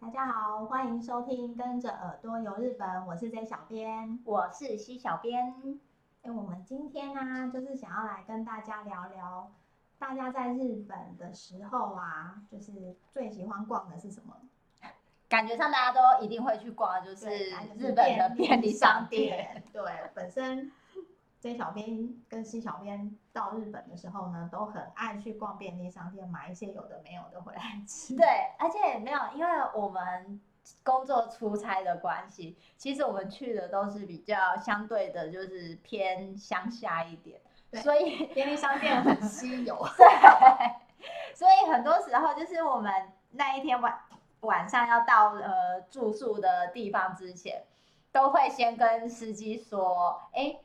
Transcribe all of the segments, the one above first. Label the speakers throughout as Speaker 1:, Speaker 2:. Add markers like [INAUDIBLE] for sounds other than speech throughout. Speaker 1: 大家好，欢迎收听《跟着耳朵游日本》，我是 J 小编。
Speaker 2: 我是西小编，
Speaker 1: 哎，我们今天呢、就是想要来跟大家聊聊，大家在日本的时候啊，就是最喜欢逛的是什么？
Speaker 2: 感觉上大家都一定会去逛，就是
Speaker 1: 对反正就是
Speaker 2: 日本的便利商店。。
Speaker 1: 对，本身 J 小编跟 C 小编到日本的时候呢，都很爱去逛便利商店，买一些有的没有的回来吃。
Speaker 2: 对，而且也没有，因为我们工作出差的关系，其实我们去的都是比较相对的，就是偏乡下一点，
Speaker 1: 对
Speaker 2: 所以
Speaker 1: 便利商店很稀
Speaker 2: [LAUGHS]
Speaker 1: 有。
Speaker 2: 所以很多时候就是我们那一天晚晚上要到呃住宿的地方之前，都会先跟司机说，哎、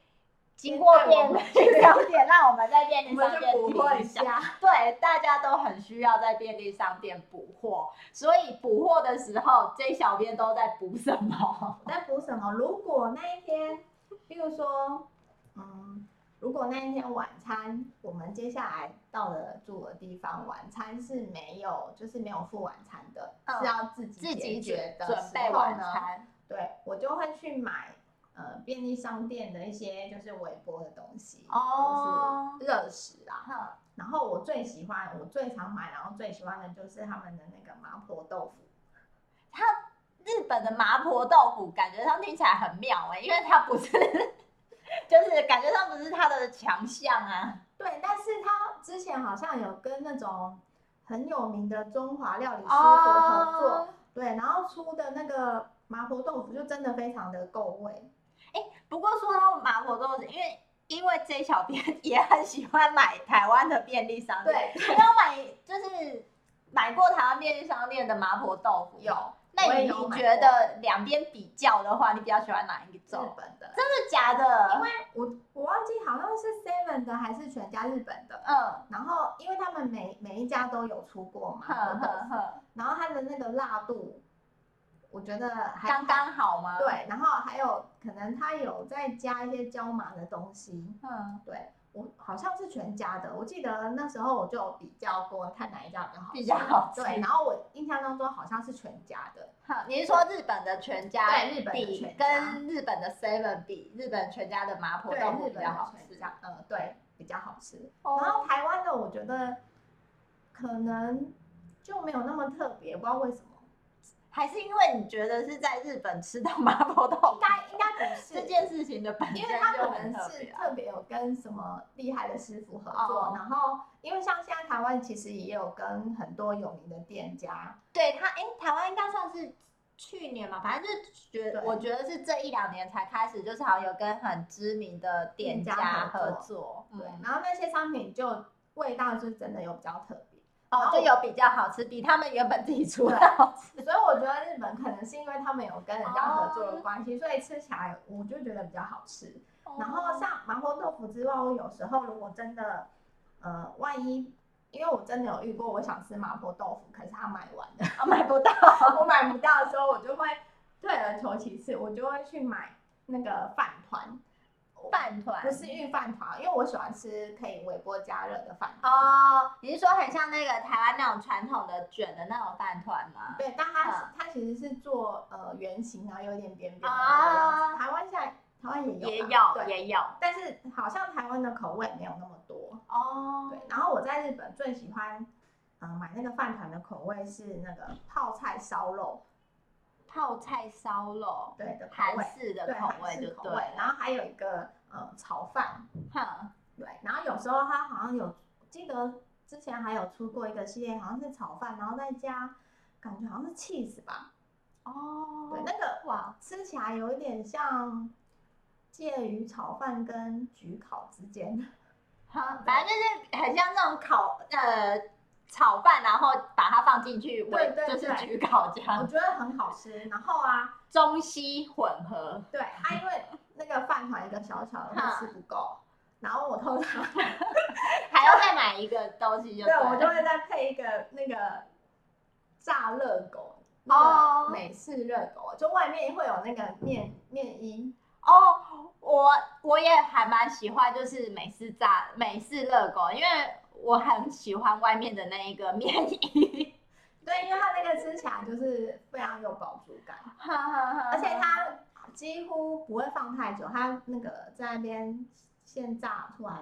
Speaker 2: 经过
Speaker 1: 先带我
Speaker 2: 便
Speaker 1: 们
Speaker 2: 利商店，让我们在便
Speaker 1: 我
Speaker 2: 利
Speaker 1: 们
Speaker 2: 商店
Speaker 1: 就不
Speaker 2: 停
Speaker 1: 会
Speaker 2: 一下。
Speaker 1: 瞎。
Speaker 2: 对，大家都很需要在便利商店补货，所以补货的时候，J 小编都在补什么？
Speaker 1: 在补什么？如果那一天，比如说，嗯，如果那一天晚餐，我们接下来到了住的地方，晚餐是没有，就是没有付晚餐的，
Speaker 2: 嗯
Speaker 1: 是要自己
Speaker 2: 自己
Speaker 1: 解决
Speaker 2: 准
Speaker 1: 的
Speaker 2: 准
Speaker 1: 时
Speaker 2: 备
Speaker 1: 候
Speaker 2: 晚
Speaker 1: 呢
Speaker 2: 餐，
Speaker 1: 对我就会去买呃便利商店的一些就是微波的东西，
Speaker 2: 哦
Speaker 1: 就是热食啊。
Speaker 2: 哼
Speaker 1: 然后我最喜欢，我最常买，然后最喜欢的就是他们的那个麻婆豆腐。
Speaker 2: 日本的麻婆豆腐感觉上听起来很妙哎、因为它不是， [LAUGHS] 就是感觉上不是它的强项啊。
Speaker 1: 对，但是他之前好像有跟那种很有名的中华料理师傅合作，
Speaker 2: 哦，
Speaker 1: 对，然后出的那个麻婆豆腐就真的非常的够味。
Speaker 2: 不过说到麻婆豆腐，因为因为 J 小编 [LAUGHS] 也很喜欢买台湾的便利商店，
Speaker 1: 对，
Speaker 2: [LAUGHS] 你有买就是买过台湾便利商店的麻婆豆腐吗
Speaker 1: 有。
Speaker 2: 那
Speaker 1: 我也
Speaker 2: 你
Speaker 1: 有买
Speaker 2: 觉得两边比较的话，你比较喜欢哪一
Speaker 1: 日
Speaker 2: 种？
Speaker 1: 本的，
Speaker 2: 真的假的？
Speaker 1: 嗯因为我我忘记好像是 Seven 的还是全家日本的。
Speaker 2: 嗯，
Speaker 1: 然后，因为他们每每一家都有出过
Speaker 2: 呵
Speaker 1: 麻婆豆
Speaker 2: 呵
Speaker 1: 腐，
Speaker 2: 呵，
Speaker 1: 然后它的那个辣度，我觉得还
Speaker 2: 刚刚好吗？，
Speaker 1: 对，然后还有可能它有再加一些椒麻的东西，
Speaker 2: 嗯，
Speaker 1: 对我好像是全家的，我记得那时候我就有比较过看哪一家比较好吃，
Speaker 2: 比较好吃。
Speaker 1: 对，然后我印象当中好像是全家的，
Speaker 2: 哼你是说日本的全家
Speaker 1: 对日本的
Speaker 2: 比
Speaker 1: 全家
Speaker 2: 跟日本的 Seven 比，日本全家的麻婆
Speaker 1: 对，
Speaker 2: 豆腐
Speaker 1: 日
Speaker 2: 比
Speaker 1: 本
Speaker 2: 较
Speaker 1: 的
Speaker 2: 好
Speaker 1: 全
Speaker 2: 吃？
Speaker 1: 家，呃，对，比较好吃。然
Speaker 2: 哦，
Speaker 1: 后台湾的我觉得可能就没有那么特别，不知道为什么，
Speaker 2: 还是因为你觉得是在日本吃到麻婆豆腐
Speaker 1: 应该应该不 [LAUGHS] 是
Speaker 2: 这，件事情的本身
Speaker 1: 因为他
Speaker 2: 就
Speaker 1: 可
Speaker 2: 很
Speaker 1: 能
Speaker 2: 特
Speaker 1: 是
Speaker 2: 别啊。
Speaker 1: 特别有跟什么厉害的师傅合作，
Speaker 2: 哦
Speaker 1: 然后因为像现在台湾其实也有跟很多有名的店家。
Speaker 2: 对他，哎、台湾应该算是去年嘛，反正就觉
Speaker 1: 对
Speaker 2: 我觉得是这一两年才开始，就是好像有跟很知名的店
Speaker 1: 店家
Speaker 2: 家
Speaker 1: 合
Speaker 2: 合
Speaker 1: 作
Speaker 2: 作，
Speaker 1: 对
Speaker 2: 嗯，，
Speaker 1: 然后那些商品就味道就真的有比较特别，然
Speaker 2: 哦，
Speaker 1: 后
Speaker 2: 就有比较好吃，比他们原本自己出的好吃。
Speaker 1: 所以我觉得日本可能是因为他们有跟人家合
Speaker 2: 哦
Speaker 1: 作的关系，所以吃起来我就觉得比较好吃。然后像麻婆豆腐之外，我有时候如果真的，呃，万一因为我真的有遇过我想吃麻婆豆腐，可是他买完了，
Speaker 2: 哦买不到，
Speaker 1: [LAUGHS] 我买不到的时候，我就会退而求其次，我就会去买那个饭团，
Speaker 2: 饭团
Speaker 1: 不是御饭团，因为我喜欢吃可以微波加热的饭团。
Speaker 2: 哦，你是说很像那个台湾那种传统的卷的那种饭团吗？
Speaker 1: 对，但它、
Speaker 2: 嗯
Speaker 1: 它其实是做呃圆形，然后有一点扁扁的那
Speaker 2: 啊
Speaker 1: 个样子。台湾现在台湾也有
Speaker 2: 也
Speaker 1: 啦
Speaker 2: 有，
Speaker 1: 对，
Speaker 2: 也有
Speaker 1: 但是好像台湾的口味没有那么多。
Speaker 2: 哦
Speaker 1: 对，然后我在日本最喜欢呃买那个饭团的口味是那个泡菜烧肉
Speaker 2: 泡菜烧肉，
Speaker 1: 对的口
Speaker 2: 韩
Speaker 1: 味，
Speaker 2: 式的
Speaker 1: 对
Speaker 2: 口
Speaker 1: 韩
Speaker 2: 味
Speaker 1: 式
Speaker 2: 就
Speaker 1: 口
Speaker 2: 对
Speaker 1: 味，然
Speaker 2: 了，
Speaker 1: 后还有一个呃炒饭，
Speaker 2: 哼，
Speaker 1: 对，然后有时候它好像有记得之前还有出过一个系列，好像是炒饭，然后再加感觉好像是 cheese 吧，
Speaker 2: 哦
Speaker 1: 对，那个
Speaker 2: 哇，
Speaker 1: 吃起来有一点像介于炒饭跟焗烤之间。
Speaker 2: 好，反正就是很像那种烤呃炒饭，然后把它放进去煨，
Speaker 1: 对对
Speaker 2: 就是
Speaker 1: 对
Speaker 2: 焗烤这
Speaker 1: 我
Speaker 2: 样，
Speaker 1: 觉得很好吃。然后啊，
Speaker 2: 中西混合。
Speaker 1: 对，它、因为那个饭团一个小小的会吃不够，然后我通常
Speaker 2: 还要再买一个东西就
Speaker 1: 对
Speaker 2: 了
Speaker 1: 我就会再配一个那个炸热狗。那
Speaker 2: 哦
Speaker 1: 个美式热狗，就外面会有那个面面衣，
Speaker 2: 哦，我我也还蛮喜欢，就是美式炸美式热狗，因为我很喜欢外面的那一个面衣， [LAUGHS]
Speaker 1: 对，因为它那个吃起来就是非常有饱足感，
Speaker 2: 哈哈哈。
Speaker 1: 而且它几乎不会放太久，它那个在那边现炸出来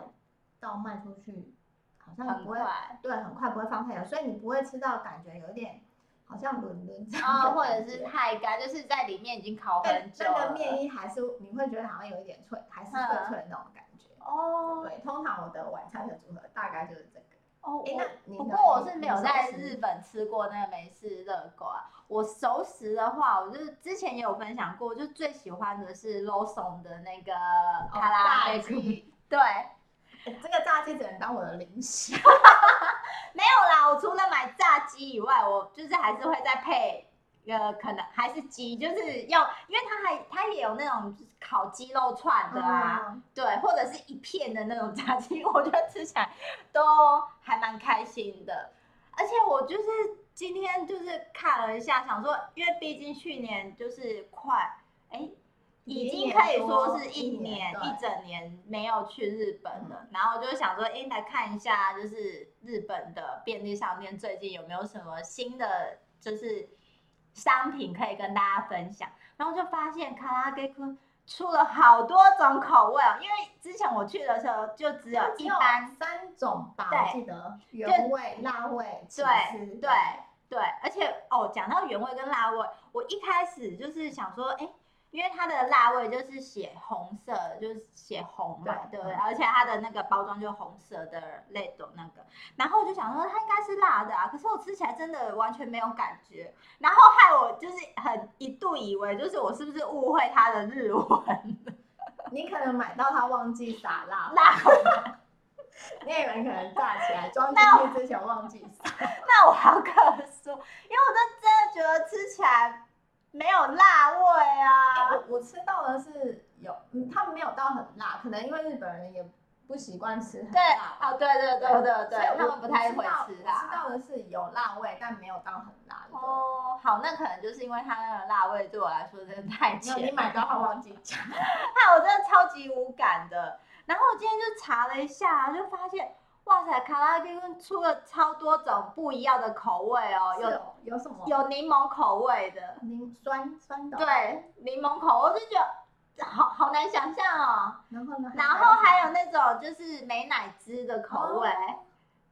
Speaker 1: 到卖出去，好像也
Speaker 2: 很
Speaker 1: 不会，
Speaker 2: 快
Speaker 1: 对，很快不会放太久，所以你不会吃到感觉有点好像轮轮这样的
Speaker 2: 啊，
Speaker 1: 感觉，
Speaker 2: 或者是太干，就是在里面已经烤
Speaker 1: 但
Speaker 2: 很久
Speaker 1: 那
Speaker 2: 了。
Speaker 1: 个面衣还是你会觉得好像有一点脆，还是脆脆的那种感觉。
Speaker 2: 哦
Speaker 1: 对，通常我的晚餐的组合大概就是这个。
Speaker 2: 哦，
Speaker 1: 哎、
Speaker 2: 我
Speaker 1: 那你
Speaker 2: 不
Speaker 1: 呢
Speaker 2: 过我是没有在，
Speaker 1: 你
Speaker 2: 日
Speaker 1: 你
Speaker 2: 本吃过那个美式热狗啊。我熟食的话，我就是之前也有分享过，就最喜欢的是 l o s o n 的那个
Speaker 1: 哦
Speaker 2: 卡拉
Speaker 1: 炸
Speaker 2: 贝
Speaker 1: 鸡
Speaker 2: 鸡。对，没
Speaker 1: 哎这个炸鸡只能当我的零食。
Speaker 2: 有啦，我除了买炸鸡以外，我就是还是会再配。呃，可能还是鸡，就是要，因为它还它也有那种就是烤鸡肉串的啊，
Speaker 1: 嗯
Speaker 2: 对，或者是一片的那种炸鸡， [LAUGHS] 我觉得吃起来都还蛮开心的。而且我就是今天就是看了一下，想说，因为毕竟去年就是快，哎，已经可以说是一年
Speaker 1: 对
Speaker 2: 一整年没有去日本了。然后就想说，哎，来看一下，就是日本的便利商店最近有没有什么新的，就是商品可以跟大家分享。然后就发现卡拉给坤出了好多种口味哦，因为之前我去的时候就只有
Speaker 1: 哦
Speaker 2: 一般，
Speaker 1: 三种吧，
Speaker 2: 对
Speaker 1: 我记得原味、辣味、起司
Speaker 2: 对对，而且哦，讲到原味跟辣味，我一开始就是想说，哎，因为它的辣味就是写红色，就是写红嘛，
Speaker 1: 对
Speaker 2: 对不对？
Speaker 1: 嗯
Speaker 2: 而且它的那个包装就是红色的 l e 那个，然后我就想说它应该是辣的啊，可是我吃起来真的完全没有感觉，然后害我就是很一度以为就是我是不是误会它的日文 [LAUGHS]
Speaker 1: 你可能买到它忘记撒辣，
Speaker 2: 辣
Speaker 1: 你也有人可能炸起来装进去之前忘记
Speaker 2: [LAUGHS]
Speaker 1: 撒。
Speaker 2: 那我要跟你说，因为我就真的觉得吃起来没有辣味啊。
Speaker 1: 我我吃到的是有，嗯，他们没有到很辣，可能因为日本人也不习惯吃很
Speaker 2: 对，
Speaker 1: 辣。
Speaker 2: 哦，对对对对
Speaker 1: 所以我
Speaker 2: 对，他们不太会
Speaker 1: 我
Speaker 2: 吃
Speaker 1: 知道我知
Speaker 2: 辣。
Speaker 1: 道的是有辣味，但没有到很辣的。
Speaker 2: 哦，好，那可能就是因为它那个辣味对我来说真的太
Speaker 1: 没有，
Speaker 2: 强，
Speaker 1: 你买到它忘记加。
Speaker 2: [LAUGHS] 害我真的超级无感的。然后我今天就查了一下，就发现，哇塞，卡拉鸡棍出了超多种不一样的口味哦，
Speaker 1: 有
Speaker 2: 有
Speaker 1: 有什么？
Speaker 2: 有柠檬口味的，
Speaker 1: 柠酸酸的。。哦
Speaker 2: 对，柠檬口，我就觉得好好难想象哦。
Speaker 1: 然后呢？
Speaker 2: 然后还有那种就是美乃滋的口味，
Speaker 1: 哦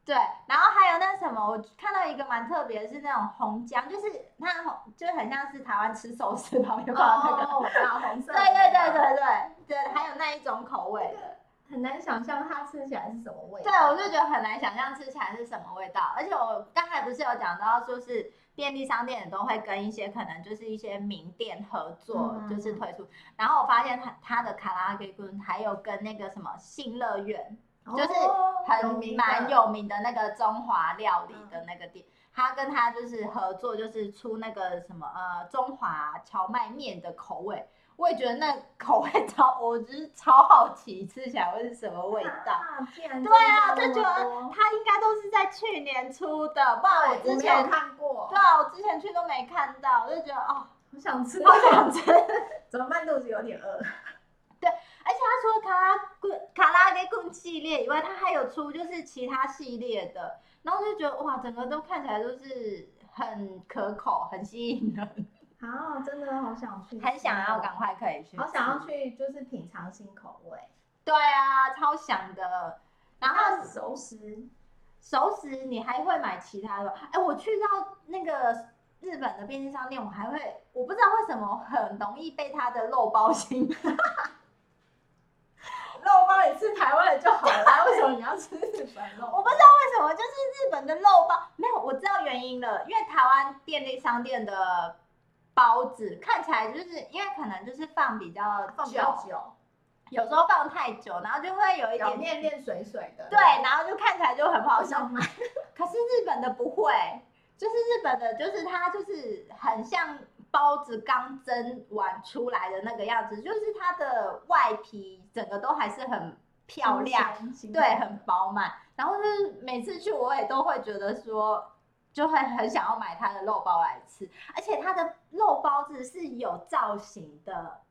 Speaker 2: 对，然后还有那什么，我看到一个蛮特别的是那种红姜，就是它红就很像是台湾吃寿司旁边放的那个， [LAUGHS]
Speaker 1: 哦，我知道红色
Speaker 2: 对
Speaker 1: 的。
Speaker 2: 对对对对对，还有那一种口味的，
Speaker 1: 很难想象它吃起来是什么味
Speaker 2: 对我就觉得很难想象吃起来是什么味道，而且我刚才不是有讲到，就是便利商店也都会跟一些可能就是一些名店合作，
Speaker 1: 嗯
Speaker 2: 就是推出，然后我发现它它的卡拉给棍还有跟那个什么信乐园。就是
Speaker 1: 哦有
Speaker 2: 很
Speaker 1: 名的
Speaker 2: 蛮有名的那个中华料理的那个店，他跟他就是合作，就是出那个什么呃中华荞麦面的口味，我也觉得那口味超，我就是超好奇吃起来会是什么味 [LAUGHS] 道。
Speaker 1: 啊竟然
Speaker 2: 对啊，
Speaker 1: 真的这
Speaker 2: 就觉
Speaker 1: 么
Speaker 2: 得
Speaker 1: 多哦
Speaker 2: 它应该都是在去年出的，不哦然我
Speaker 1: 对，我
Speaker 2: 之
Speaker 1: 没
Speaker 2: 前
Speaker 1: 有看过
Speaker 2: 对，啊，我之前去都没看到，我就觉得 [LAUGHS] 哦，
Speaker 1: 我想吃，
Speaker 2: 好想吃。
Speaker 1: [LAUGHS] 怎么办？肚子有点饿。
Speaker 2: 而且它除了卡拉棍、卡拉给棍系列以外，它还有出就是其他系列的，然后就觉得哇，整个都看起来就是很可口、很吸引人，
Speaker 1: 啊，真的好想去，哦
Speaker 2: 很想要，赶快可以去，
Speaker 1: 好想要，去，就是品尝新口味。
Speaker 2: 对啊，超想的。然后
Speaker 1: 那熟食
Speaker 2: 熟食你还会买其他的吗？哎，我去到那个日本的便利商店，我还会，我不知道为什么很容易被它的肉包 [LAUGHS] 吸引
Speaker 1: 肉包你吃台湾的就好
Speaker 2: [LAUGHS]
Speaker 1: 了，啊为什么你要吃日本肉？
Speaker 2: 我不知道为什么，就是日本的肉包没有，我知道原因了，因为台湾便利商店的包子看起来就是因为可能就是放比较久，
Speaker 1: 放比较久，
Speaker 2: 有时候放太久，然后就会有一
Speaker 1: 表
Speaker 2: 点
Speaker 1: 面变水水的。嗯
Speaker 2: 对，，然后就看起来就很不好
Speaker 1: 好
Speaker 2: 吃。
Speaker 1: 想买。
Speaker 2: [LAUGHS] 可是日本的不会，就是日本的，就是它就是很像包子刚蒸完出来的那个样子，就是它的外皮整个都还是很漂亮，
Speaker 1: 新鲜，
Speaker 2: 对，很饱满。然后就是每次去，我也都会觉得说，就会很想要买它的肉包来吃，而且它的肉包子是有造型的。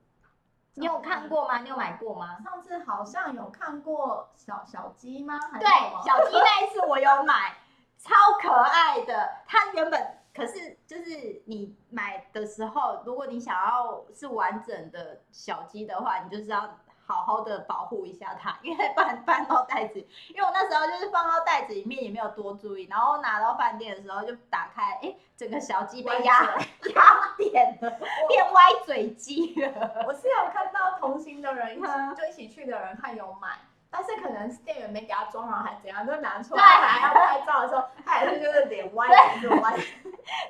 Speaker 2: 你有看过吗？你有买过吗？
Speaker 1: 上次好像有看过小小鸡吗？还是
Speaker 2: 对
Speaker 1: 什么，
Speaker 2: 小鸡那一次我有买，超可爱的。它原本可是就是你买的时候，如果你想要是完整的小鸡的话，你就是要好好的保护一下它，因为不然搬到袋子。因为我那时候就是放到袋子里面也没有多注意，然后拿到饭店的时候就打开，哎、整个小鸡被压压扁了，变歪嘴鸡了。
Speaker 1: 我是有看到同行的人一起
Speaker 2: 嗯
Speaker 1: 就一起去的人，他有买，但是可能是店员没给他装好还是怎样，就拿出来
Speaker 2: 对
Speaker 1: 还要拍照的时候，他还是就是脸歪着歪。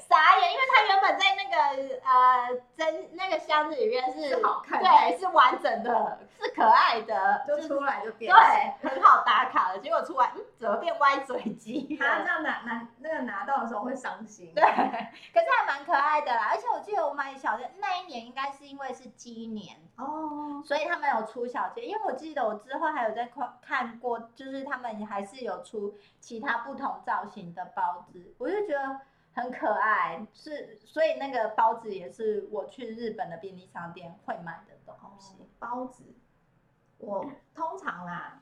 Speaker 2: 傻眼，因为它原本在那个呃真那个箱子里面是
Speaker 1: 是好看的
Speaker 2: 对，是完整的，是可爱的，
Speaker 1: 就是出来就变形。
Speaker 2: 对，很好打卡的。结果出来，嗯，怎么变歪嘴鸡了？
Speaker 1: 他这样拿拿那个拿到的时候会伤心。
Speaker 2: 对，可是还蛮可爱的啦。而且我记得我买小的那一年，应该是因为是鸡年，
Speaker 1: 哦，
Speaker 2: 所以他们有出小鸡。因为我记得我之后还有在看看过，就是他们还是有出其他不同造型的包子，我就觉得很可爱。是，所以那个包子也是我去日本的便利商店会买的东西。
Speaker 1: 哦包子，我通常啦，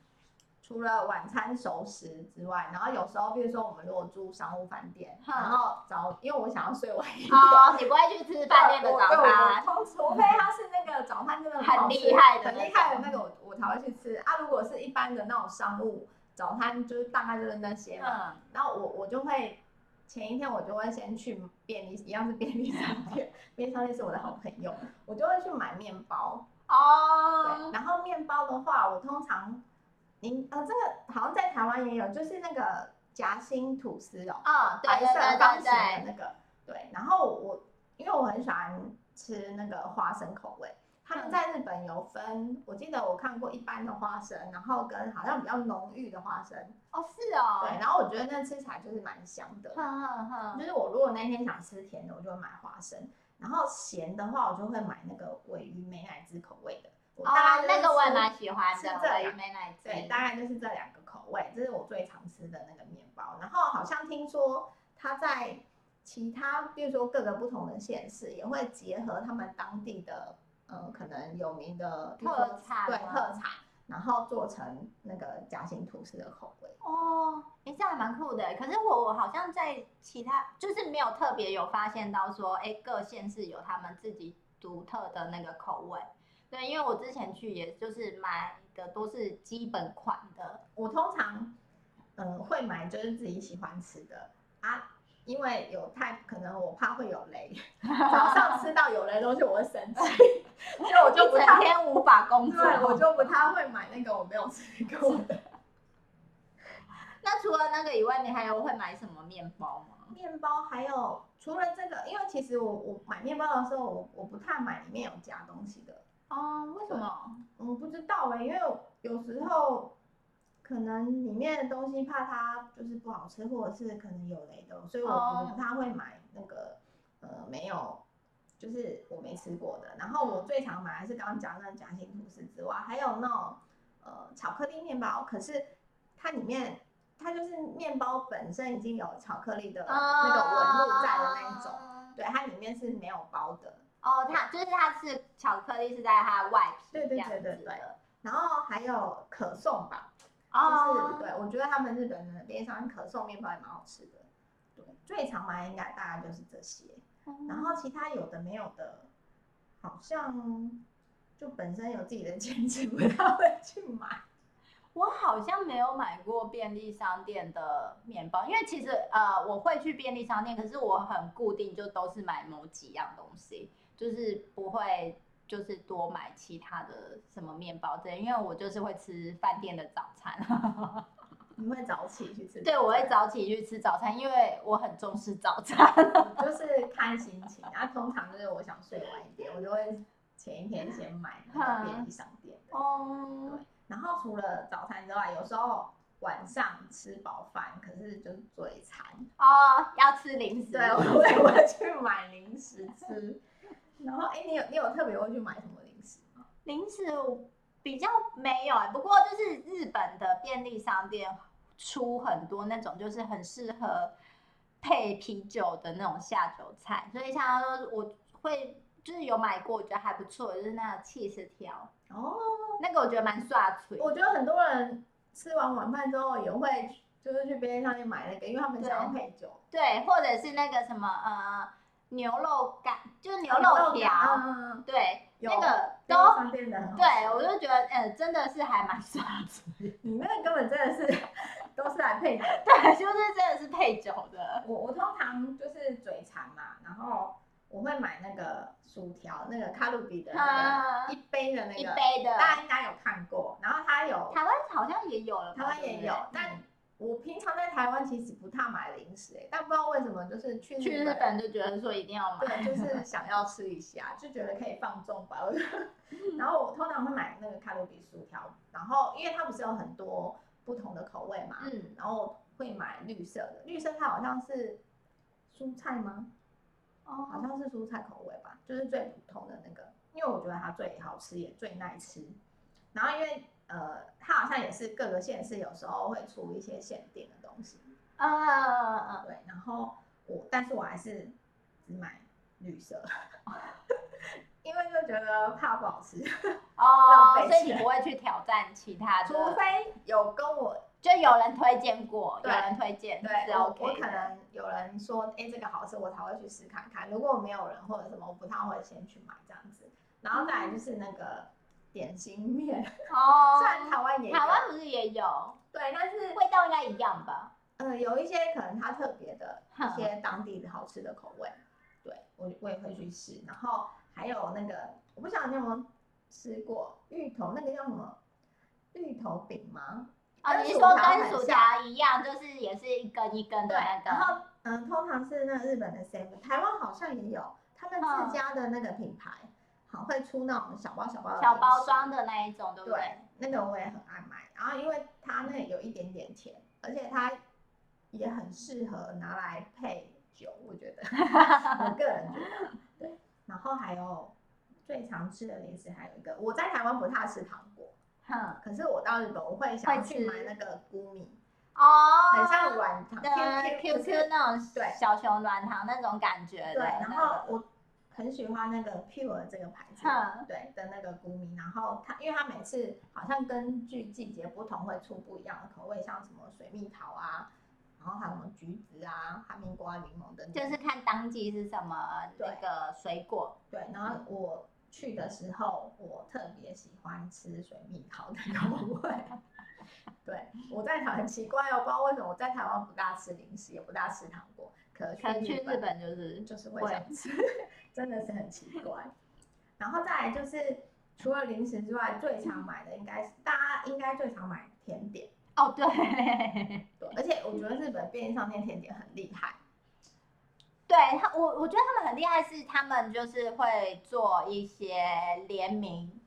Speaker 1: 除了晚餐熟食之外，然后有时候比如说我们如果住商务饭店，
Speaker 2: 哼
Speaker 1: 然后早，因为我想要睡晚一点。
Speaker 2: 哦，你不会去吃饭店的早
Speaker 1: 对
Speaker 2: 餐？，
Speaker 1: 我我除除非他是那个早餐真的好吃
Speaker 2: 很厉害
Speaker 1: 很
Speaker 2: 的那种
Speaker 1: 厉害的那个，我我才会去吃啊。如果是一般的那种商务早餐，就是大概就是那些嘛。
Speaker 2: 嗯，
Speaker 1: 然后我我就会前一天我就会先去便利，一样是便利商店，便利商店是我的好朋友，我就会去买面包。对，
Speaker 2: 哦，
Speaker 1: 然后面包的话，我通常您呃这个好像在台湾也有，就是那个夹心吐司哦，
Speaker 2: 嗯，对
Speaker 1: 白
Speaker 2: 对
Speaker 1: 色
Speaker 2: 对
Speaker 1: 方形
Speaker 2: 对
Speaker 1: 的
Speaker 2: 对，
Speaker 1: 那个。对，然后我因为我很喜欢吃那个花生口味。他们
Speaker 2: 嗯
Speaker 1: 在日本有分，我记得我看过一般的花生，然后跟好像比较浓郁的花生，
Speaker 2: 哦是哦，嗯
Speaker 1: 对，然后我觉得那吃起来就是蛮香的。
Speaker 2: 哼哼哼，
Speaker 1: 就是我如果那天想吃甜的，我就会买花生；然后咸的话，我就会买那个尾鱼美乃滋口味的。我
Speaker 2: 哦
Speaker 1: 大概、，
Speaker 2: 那个我也蛮喜欢
Speaker 1: 吃
Speaker 2: 的，
Speaker 1: 这
Speaker 2: 鲔鱼
Speaker 1: 两
Speaker 2: 美奶滋。
Speaker 1: 对，大概就是这两个口味，这是我最常吃的那个面包。然后好像听说它在其他，比如说各个不同的县市，也会结合他们当地的呃可能有名的比如说
Speaker 2: 特产
Speaker 1: 对
Speaker 2: 吗
Speaker 1: 特产，然后做成那个夹心吐司的口味。
Speaker 2: 哦，哎、这样还蛮酷的。可是我我好像在其他，就是没有特别有发现到说，哎、各县市有他们自己独特的那个口味。对，因为我之前去也就是买的都是基本款的，
Speaker 1: 我通常嗯会买就是自己喜欢吃的啊，因为有太可能我怕会有雷， [LAUGHS] 早上吃到有雷的东西我会生气， [LAUGHS] 所以我就不
Speaker 2: 一
Speaker 1: 太
Speaker 2: 整天无法工作。
Speaker 1: 对，我就不太会买那个我没有吃过的
Speaker 2: 那除了那个以外，你还有会买什么面包吗？
Speaker 1: 面包，还有除了这个，因为其实我我买面包的时候，我我不太买里面有加东西的，
Speaker 2: 哦，为什么？
Speaker 1: 嗯，不知道哎、因为有时候可能里面的东西怕它就是不好吃，或者是可能有雷的，所以我
Speaker 2: 哦
Speaker 1: 我不太会买那个呃没有，就是我没吃过的。然后我最常买的是刚刚讲的那个夹心吐司之外，还有那种呃巧克力面包，可是它里面它就是面包本身已经有巧克力的呃那个纹路在的那一种，
Speaker 2: 哦
Speaker 1: 对，它里面是没有包的。
Speaker 2: 哦，它就是它是巧克力是在它的外皮
Speaker 1: 对对
Speaker 2: 这样
Speaker 1: 对对
Speaker 2: 子
Speaker 1: 对
Speaker 2: 的
Speaker 1: 然后还有可颂吧，就是
Speaker 2: 哦，
Speaker 1: 对，我觉得他们日本的边上可颂面包也蛮好吃的。对，最常买应该大概就是这些，然后其他有的没有的，好像就本身有自己的坚持，不太会去买。
Speaker 2: 我好像没有买过便利商店的面包，因为其实呃我会去便利商店，可是我很固定就都是买某几样东西，就是不会就是多买其他的什么面包之类，因为我就是会吃饭店的早餐。
Speaker 1: 你会早起去吃？
Speaker 2: 对，我会早起去吃早餐，因为我很重视早餐。
Speaker 1: 我 [LAUGHS] 就是看心情。然后通常就是我想睡晚一点，我就会前一天先买那
Speaker 2: 嗯
Speaker 1: 个便利商店的。
Speaker 2: [LAUGHS] 哦，
Speaker 1: 然后除了早餐之外，有时候晚上吃饱饭，可是就是嘴馋，
Speaker 2: 哦，要吃零食。
Speaker 1: 对，
Speaker 2: [LAUGHS]
Speaker 1: 我也会去买零食吃。然后，哎、你有你有特别会去买什么零食吗？
Speaker 2: 零食我比较没有、欸，不过就是日本的便利商店出很多那种就是很适合配啤酒的那种下酒菜，所以像我会就是有买过，我觉得还不错，就是那个 cheese 条，
Speaker 1: 哦，
Speaker 2: 那个我觉得蛮刷嘴。
Speaker 1: 我觉得很多人吃完晚饭之后也会就是去便利商店买那个，因为他们想要配酒，
Speaker 2: 对，或者是那个什么呃牛肉干，就是牛
Speaker 1: 肉
Speaker 2: 肉条，
Speaker 1: 嗯，
Speaker 2: 对，
Speaker 1: 有
Speaker 2: 那个
Speaker 1: 便利
Speaker 2: 都
Speaker 1: 商店的很好吃
Speaker 2: 对，我就觉得呃真的是还蛮傻子， [LAUGHS]
Speaker 1: 你那个根本真的是都是来配酒。
Speaker 2: 对，就是真的是配酒的，
Speaker 1: 我我通常就是嘴馋嘛，然后我会买那个薯条，那个卡路比的那
Speaker 2: 啊
Speaker 1: 个一杯的那
Speaker 2: 一
Speaker 1: 个，
Speaker 2: 杯的，
Speaker 1: 大家应该有看过。然后它有，
Speaker 2: 台湾好像也有了吧，
Speaker 1: 台湾也有
Speaker 2: 对不对，嗯
Speaker 1: 但我平常在台湾其实不太买零食、欸，但不知道为什么就是去
Speaker 2: 去日
Speaker 1: 本。
Speaker 2: 本就觉得说一定要买，
Speaker 1: 对，就是想要吃一下，就觉得可以放纵
Speaker 2: [LAUGHS]
Speaker 1: 吧。我就然后我通常会买那个卡路比薯条，然后因为它不是有很多不同的口味嘛，
Speaker 2: 嗯，
Speaker 1: 然后会买绿色的，绿色它好像是蔬菜吗？好
Speaker 2: 哦，
Speaker 1: 像是蔬菜口味吧，就是最普通的那个，因为我觉得它最好吃也最耐吃。然后因为呃，它好像也是各个县市有时候会出一些限定的东西，
Speaker 2: 嗯嗯嗯
Speaker 1: 对，然后我，但是我还是只买绿色，因为就觉得怕不好吃，
Speaker 2: 哦，
Speaker 1: 浪费
Speaker 2: 所以你
Speaker 1: 钱
Speaker 2: 不会去挑战其他的，
Speaker 1: 除非有跟我
Speaker 2: 就有人推荐过，有
Speaker 1: 对
Speaker 2: 人推荐是
Speaker 1: 对我我
Speaker 2: OK
Speaker 1: 可
Speaker 2: 的。
Speaker 1: 能有人说，哎、这个好吃，我才会去试看看。如果没有人或者什么，我不太会先去买这样子。然后再来就是那个点心面，
Speaker 2: 哦，
Speaker 1: 虽然台湾也有，
Speaker 2: 台湾不是也有，
Speaker 1: 对，但是
Speaker 2: 味道应该一样吧？
Speaker 1: 呃，有一些可能它特别的
Speaker 2: 嗯
Speaker 1: 一些当地的好吃的口味，对我我也会去试。然后还有那个，我不晓得你有没有吃过芋头，那个叫什么芋头饼吗？
Speaker 2: 哦，
Speaker 1: 跟
Speaker 2: 你是
Speaker 1: 薯
Speaker 2: 说
Speaker 1: 条
Speaker 2: 跟
Speaker 1: 很
Speaker 2: 薯
Speaker 1: 像
Speaker 2: 条一样，就是也是一根一根的那
Speaker 1: 然
Speaker 2: 个。
Speaker 1: 后嗯、通常是那个日本的 seven，台湾好像也有，他们
Speaker 2: 嗯
Speaker 1: 自家的那个品牌，好会出那种小包小包的
Speaker 2: 小
Speaker 1: 零
Speaker 2: 包
Speaker 1: 食
Speaker 2: 装的那一种，对不
Speaker 1: 对
Speaker 2: 对？，
Speaker 1: 那个我也很爱买。然后因为它那有一点点甜，而且它也很适合拿来配酒，我觉 [LAUGHS] 得，我个人觉得。对，然后还有最常吃的零食还有一个，我在台湾不太吃糖果，
Speaker 2: 哼，
Speaker 1: 可是我到日本我会想要
Speaker 2: 会
Speaker 1: 去
Speaker 2: 吃
Speaker 1: 买那个谷米，
Speaker 2: 哦，
Speaker 1: 很像软糖
Speaker 2: 的
Speaker 1: Q 啊 Q
Speaker 2: QQ 那种
Speaker 1: 对
Speaker 2: 小熊软糖那种感觉的。
Speaker 1: 对，然
Speaker 2: 那
Speaker 1: 后
Speaker 2: 个
Speaker 1: 我很喜欢那个 Pure 这个牌子，
Speaker 2: 哼
Speaker 1: 对的那个谷米，然后它因为它每次好像根据季节不同会出不一样的口味，像什么水蜜桃啊，然后还有什么橘子啊、哈密瓜、柠檬等等，
Speaker 2: 就是看当季是什么那
Speaker 1: 对
Speaker 2: 个水果，
Speaker 1: 对。然后我去的时候，我特别喜欢吃水蜜桃的口味。对，我在台很奇怪哦，不知道为什么我在台湾不大吃零食，也不大吃糖果，可
Speaker 2: 可能
Speaker 1: 去
Speaker 2: 去
Speaker 1: 日
Speaker 2: 日
Speaker 1: 本
Speaker 2: 本就是
Speaker 1: 就是会想吃， [LAUGHS] 真的是很奇怪。然后再来就是除了零食之外，最常买的应该是大家应该最常买甜点，
Speaker 2: 哦，
Speaker 1: [LAUGHS]
Speaker 2: 对，
Speaker 1: 对，而且我觉得日本便利商店甜点很厉害，
Speaker 2: 对他，我我觉得他们很厉害，是他们就是会做一些联名，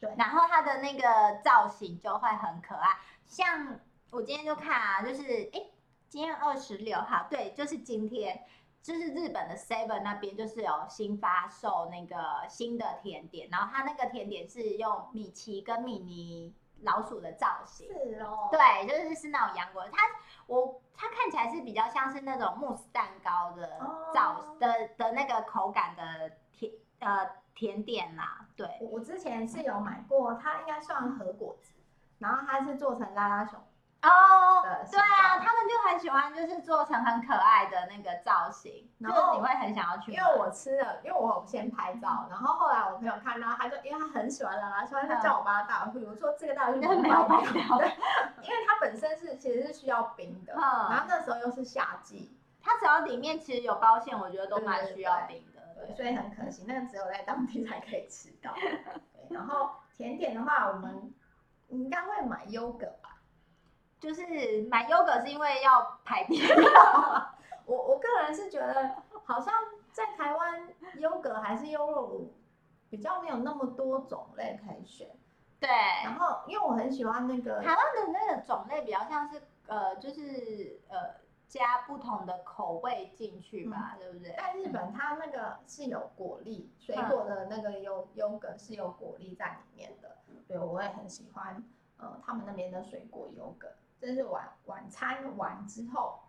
Speaker 1: 对
Speaker 2: 然后它的那个造型就会很可爱。像我今天就看啊，就是诶，今天二十六号，对，就是今天，就是日本的 Seven 那边就是有新发售那个新的甜点，然后它那个甜点是用米奇跟米妮老鼠的造型，
Speaker 1: 是哦，
Speaker 2: 对，就是是那种洋果，它我它看起来是比较像是那种慕斯蛋糕的
Speaker 1: 哦
Speaker 2: 造、的的那个口感的甜呃甜点啦，对，
Speaker 1: 我我之前是有买过，它应该算和果子，然后它是做成拉拉熊
Speaker 2: 哦，
Speaker 1: 的形
Speaker 2: 对啊，
Speaker 1: 状，
Speaker 2: 他们就很喜欢就是做成很可爱的那个造型，就
Speaker 1: 然
Speaker 2: 是
Speaker 1: 后
Speaker 2: 你会很想要去买，
Speaker 1: 因为我吃了，因为我有先拍照，然后后来我朋友看到，他就因为他很喜欢拉拉熊，他就叫我帮他带回去，我说这个带回去
Speaker 2: 那
Speaker 1: 不
Speaker 2: 没有
Speaker 1: 买
Speaker 2: 办法，
Speaker 1: 对 [LAUGHS] 因为它本身是其实是需要冰的，
Speaker 2: 嗯
Speaker 1: 然后那时候又是夏季，
Speaker 2: 它只要里面其实有包馅，我觉得都
Speaker 1: 对
Speaker 2: 蛮
Speaker 1: 对
Speaker 2: 需要
Speaker 1: 对
Speaker 2: 冰的，对。
Speaker 1: 所以很可惜，那个只有在当地才可以吃到。对，然后甜点的话，我们应该会买优格吧？
Speaker 2: 就是买优格是因为要排便，
Speaker 1: 我我个人是觉得，好像在台湾优格还是优酪乳比较没有那么多种类可以选。
Speaker 2: 对，
Speaker 1: 然后因为我很喜欢那个
Speaker 2: 台湾的那个种类比较像是呃，就是呃加不同的口味进去吧，
Speaker 1: 嗯
Speaker 2: 对不对？
Speaker 1: 在日本，它那个是有果粒，水
Speaker 2: 嗯
Speaker 1: 果的那个优优格是有果粒在里面的，对，我也很喜欢。呃，他们那边的水果优格，这是晚晚餐完之后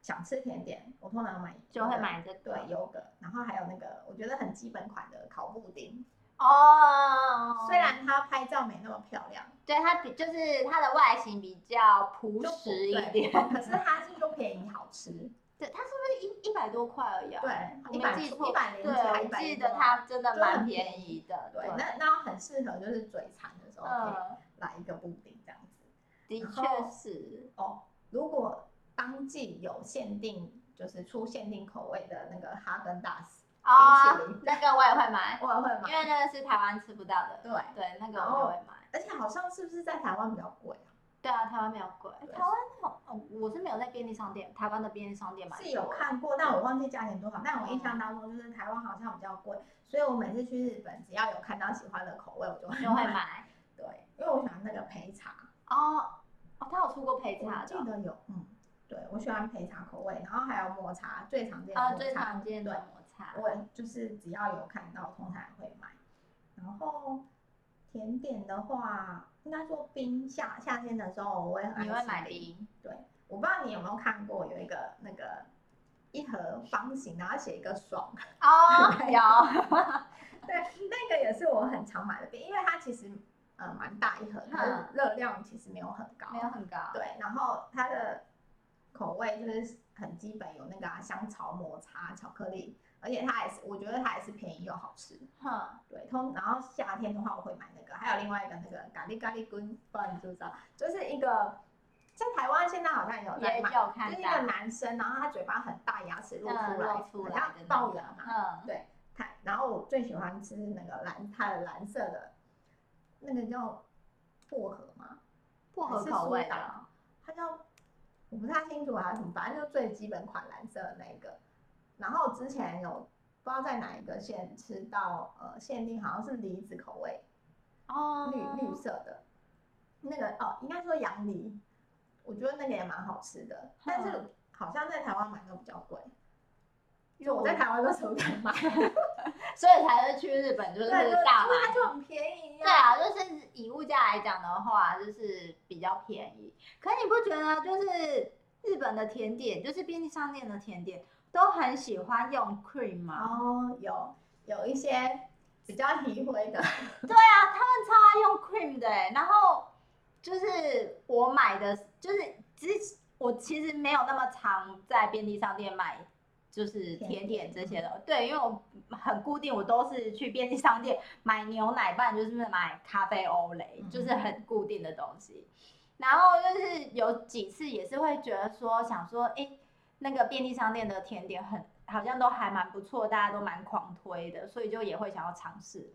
Speaker 1: 想吃甜点，我通常买
Speaker 2: 就会
Speaker 1: 那个
Speaker 2: 买这个。
Speaker 1: 对优格，然后还有那个我觉得很基本款的烤布丁，
Speaker 2: 哦，
Speaker 1: 虽然它拍照没那么漂亮，
Speaker 2: 对它比就是它的外形比较朴
Speaker 1: 就
Speaker 2: 实一
Speaker 1: 对
Speaker 2: 点，
Speaker 1: 可是它是又便宜好吃，
Speaker 2: 对，它是不是一一百多块而已啊？
Speaker 1: 对，
Speaker 2: 我
Speaker 1: 一
Speaker 2: 没
Speaker 1: 百
Speaker 2: 记
Speaker 1: 出
Speaker 2: 错，
Speaker 1: 一百零
Speaker 2: 对，
Speaker 1: 几还一
Speaker 2: 我
Speaker 1: 百
Speaker 2: 记
Speaker 1: 一
Speaker 2: 得它真的
Speaker 1: 就很
Speaker 2: 蛮
Speaker 1: 便
Speaker 2: 啊便宜的，
Speaker 1: 对，那那很适合就是嘴馋的时候可以
Speaker 2: 嗯，
Speaker 1: 来一个布丁这样子。
Speaker 2: 的
Speaker 1: 然
Speaker 2: 确
Speaker 1: 后
Speaker 2: 是，
Speaker 1: 哦，如果当季有限定，就是出限定口味的那个哈根达斯，
Speaker 2: 啊
Speaker 1: 冰淇淋，
Speaker 2: 那个我也会买，
Speaker 1: 我也会
Speaker 2: 因
Speaker 1: 买。
Speaker 2: 为那个是台湾吃不到的，
Speaker 1: 对，
Speaker 2: 对，那个
Speaker 1: 然
Speaker 2: 我就
Speaker 1: 后
Speaker 2: 会买。
Speaker 1: 而且好像是不是在台湾比较贵啊？
Speaker 2: 对啊，台湾比较贵。
Speaker 1: 对
Speaker 2: 台湾好，哦我是没有在便利商店，台湾的便利商店买过。
Speaker 1: 是有看过，但我忘记价钱多少。但我印
Speaker 2: 嗯
Speaker 1: 象当中就是台湾好像比较贵，所以我每次去日本，只要有看到喜欢的口味，我就会
Speaker 2: 就会
Speaker 1: 买。
Speaker 2: 买。
Speaker 1: [LAUGHS] 对，因为我喜欢那个焙茶，
Speaker 2: 哦哦，它有出过焙
Speaker 1: 我
Speaker 2: 茶
Speaker 1: 记
Speaker 2: 的，
Speaker 1: 得有，嗯，对我喜欢焙茶口味，然后还有抹茶，最常见的
Speaker 2: 呃，
Speaker 1: 抹
Speaker 2: 最
Speaker 1: 茶
Speaker 2: 常见的
Speaker 1: 对
Speaker 2: 抹茶。
Speaker 1: 我就是只要有看到，通常会买。然后甜点的话，应该说冰夏夏天的时候，我会很爱
Speaker 2: 你会
Speaker 1: 吃
Speaker 2: 买。冰？
Speaker 1: 对，我不知道你有没有看过，有一个那个一盒方形，然后写一个爽， [LAUGHS]
Speaker 2: 哦，
Speaker 1: 对
Speaker 2: 有，
Speaker 1: 对，那个也是我很常买的冰，因为它其实呃蛮大一盒，可
Speaker 2: 嗯
Speaker 1: 是热量其实没有很高。
Speaker 2: 没有很高。
Speaker 1: 对，然后它的口味就是很基本，有那个、啊、香草、抹茶、巧克力，而且它也是，我觉得它也是便宜又好吃。
Speaker 2: 哼，
Speaker 1: 对，通然后夏天的话，我会买那个，还有另外一个那个咖喱咖喱棍，不知道你知不知道，就是一个在台湾现在好像有
Speaker 2: 也
Speaker 1: 在卖，
Speaker 2: 有
Speaker 1: 就
Speaker 2: 看
Speaker 1: 是一个
Speaker 2: 到。
Speaker 1: 男生，然后他嘴巴很大，牙齿露出
Speaker 2: 嗯，
Speaker 1: 来，
Speaker 2: 露出
Speaker 1: 很
Speaker 2: 来的
Speaker 1: 像
Speaker 2: 那
Speaker 1: 龅
Speaker 2: 个
Speaker 1: 牙嘛。
Speaker 2: 嗯，
Speaker 1: 对，它然后我最喜欢吃那个蓝，它的蓝色的，那个叫薄荷嘛，
Speaker 2: 薄荷口味的。
Speaker 1: 它叫我不太清楚还是什么，反正就最基本款蓝色的那一个。然后之前有不知道在哪一个县吃到呃限定，好像是梨子口味，
Speaker 2: 哦，
Speaker 1: 绿绿色的，那个哦应该说杨梨，我觉得那个也蛮好吃的，
Speaker 2: 嗯
Speaker 1: 但是好像在台湾买都比较贵，因为我在台湾都舍不得买，
Speaker 2: 所以才会去日本，就是
Speaker 1: 对，就是
Speaker 2: 大
Speaker 1: 因为
Speaker 2: 买
Speaker 1: 它。就很便宜呀、
Speaker 2: 对啊，就是以物价来讲的话，就是比较便宜。可你不觉得就是日本的甜点，就是便利商店的甜点，都很喜欢用 cream
Speaker 1: 然
Speaker 2: 吗？
Speaker 1: 后有有一些比较 [LAUGHS] 体会的，
Speaker 2: [LAUGHS] 对啊，他们超爱用 cream 的、欸。然后就是我买的，就是其实我其实没有那么常在便利商店买。就是甜
Speaker 1: 甜
Speaker 2: 点
Speaker 1: 点
Speaker 2: 这些的，对，因为我很固定，我都是去便利商店买牛奶，不然就是买咖啡欧蕾，
Speaker 1: 嗯
Speaker 2: 就是很固定的东西。然后就是有几次也是会觉得说，想说，哎、那个便利商店的甜点很好像都还蛮不错，大家都蛮狂推的，所以就也会想要尝试。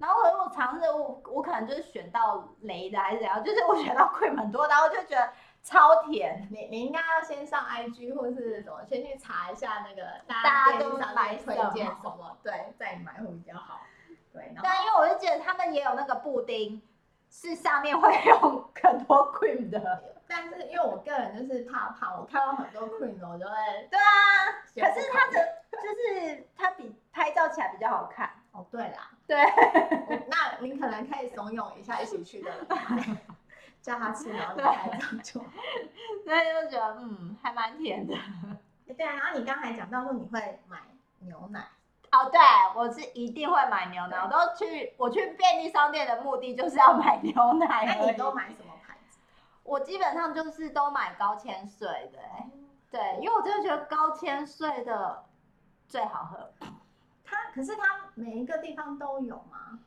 Speaker 2: 然后我如果尝试，我我可能就是选到雷的还是怎样，就是我选到贵很多，然后就觉得超甜，
Speaker 1: 你你应该要先上 IG 或是什么，先去查一下那个
Speaker 2: 大
Speaker 1: 大
Speaker 2: 家
Speaker 1: 家
Speaker 2: 都
Speaker 1: 电商
Speaker 2: 买
Speaker 1: 店推
Speaker 2: 什
Speaker 1: 荐
Speaker 2: 么
Speaker 1: 什么，对，再买会比较好。对，然后
Speaker 2: 对啊，因为我就觉得他们也有那个布丁，是上面会用 [LAUGHS] 很多 cream 的。
Speaker 1: 但是因为我个人就是怕胖，我看到很多 cream 我就会
Speaker 2: 对啊，
Speaker 1: 先不考虑。
Speaker 2: 可是它的就是它比拍照起来比较好看。
Speaker 1: 哦，对啦，
Speaker 2: 对，
Speaker 1: 我那你可能可以怂恿一下一起去的人买，叫他吃，然后你拍张就好。
Speaker 2: [LAUGHS] 所以就觉得嗯，还蛮甜 [LAUGHS] 的。
Speaker 1: [LAUGHS] 对啊，然后你刚才讲到说你会买牛奶，
Speaker 2: 哦，对，我是一定会买牛奶，
Speaker 1: 对
Speaker 2: 我都去，我去便利商店的目的就是要买牛奶
Speaker 1: 那
Speaker 2: 而已。
Speaker 1: 你都买什么牌子？
Speaker 2: 我基本上就是都买高千岁的、欸，对，因为我真的觉得高千岁的最好喝。
Speaker 1: 它可是它每一个地方都有吗？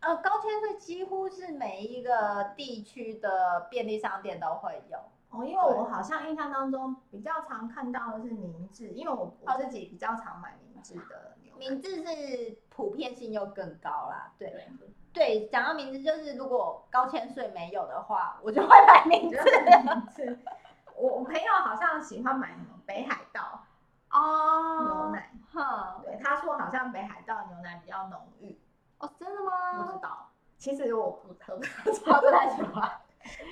Speaker 2: 呃，高千岁几乎是每一个地区的便利商店都会有。
Speaker 1: 哦，因为我好像印象当中比较常看到的是明治，因为我我自己比较常买明治的牛奶。
Speaker 2: 名字是普遍性又更高啦，对
Speaker 1: 对，
Speaker 2: 对，讲到名字就是如果高千岁没有的话，我就会买名
Speaker 1: 我
Speaker 2: 字
Speaker 1: 觉得明治，我我朋友好像喜欢买什么北海道牛
Speaker 2: [LAUGHS] 哦，
Speaker 1: 奶，
Speaker 2: 哼，
Speaker 1: 对，他说好像北海道牛奶比较浓郁，
Speaker 2: 哦，真的
Speaker 1: 不知
Speaker 2: 吗？
Speaker 1: 道。其实我不喝 [LAUGHS] 不
Speaker 2: 他
Speaker 1: 到，
Speaker 2: 不太喜欢。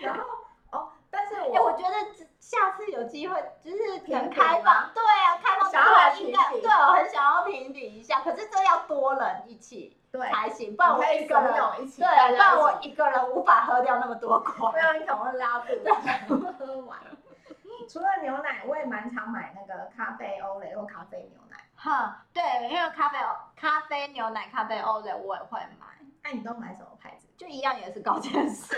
Speaker 1: 然后哦，但是
Speaker 2: 哎、
Speaker 1: 我
Speaker 2: 我觉得这下次有机会就是
Speaker 1: 评
Speaker 2: 能
Speaker 1: 比
Speaker 2: 开放
Speaker 1: 吗，
Speaker 2: 对啊，开放
Speaker 1: 想要来
Speaker 2: 对应该
Speaker 1: 评比
Speaker 2: 对我很想要评比一下，可是这要多人一起
Speaker 1: 对，
Speaker 2: 才行，不
Speaker 1: 不
Speaker 2: 然我
Speaker 1: 可
Speaker 2: 一
Speaker 1: 以
Speaker 2: 个
Speaker 1: 跟
Speaker 2: 人，
Speaker 1: 我一起，
Speaker 2: 啊对，
Speaker 1: 大家
Speaker 2: 不然
Speaker 1: 一起
Speaker 2: 我一个人无法喝掉那么
Speaker 1: [LAUGHS]
Speaker 2: 多罐
Speaker 1: 不。然你可能会拉肚子。喝
Speaker 2: [LAUGHS]
Speaker 1: 完。除了牛奶，我也蛮常买那个咖啡欧蕾或咖啡牛奶。
Speaker 2: 哼，对，因为咖啡咖啡牛奶、咖啡欧蕾我也会买，
Speaker 1: 那你都买什么牌子？
Speaker 2: 就一样也是高千穗，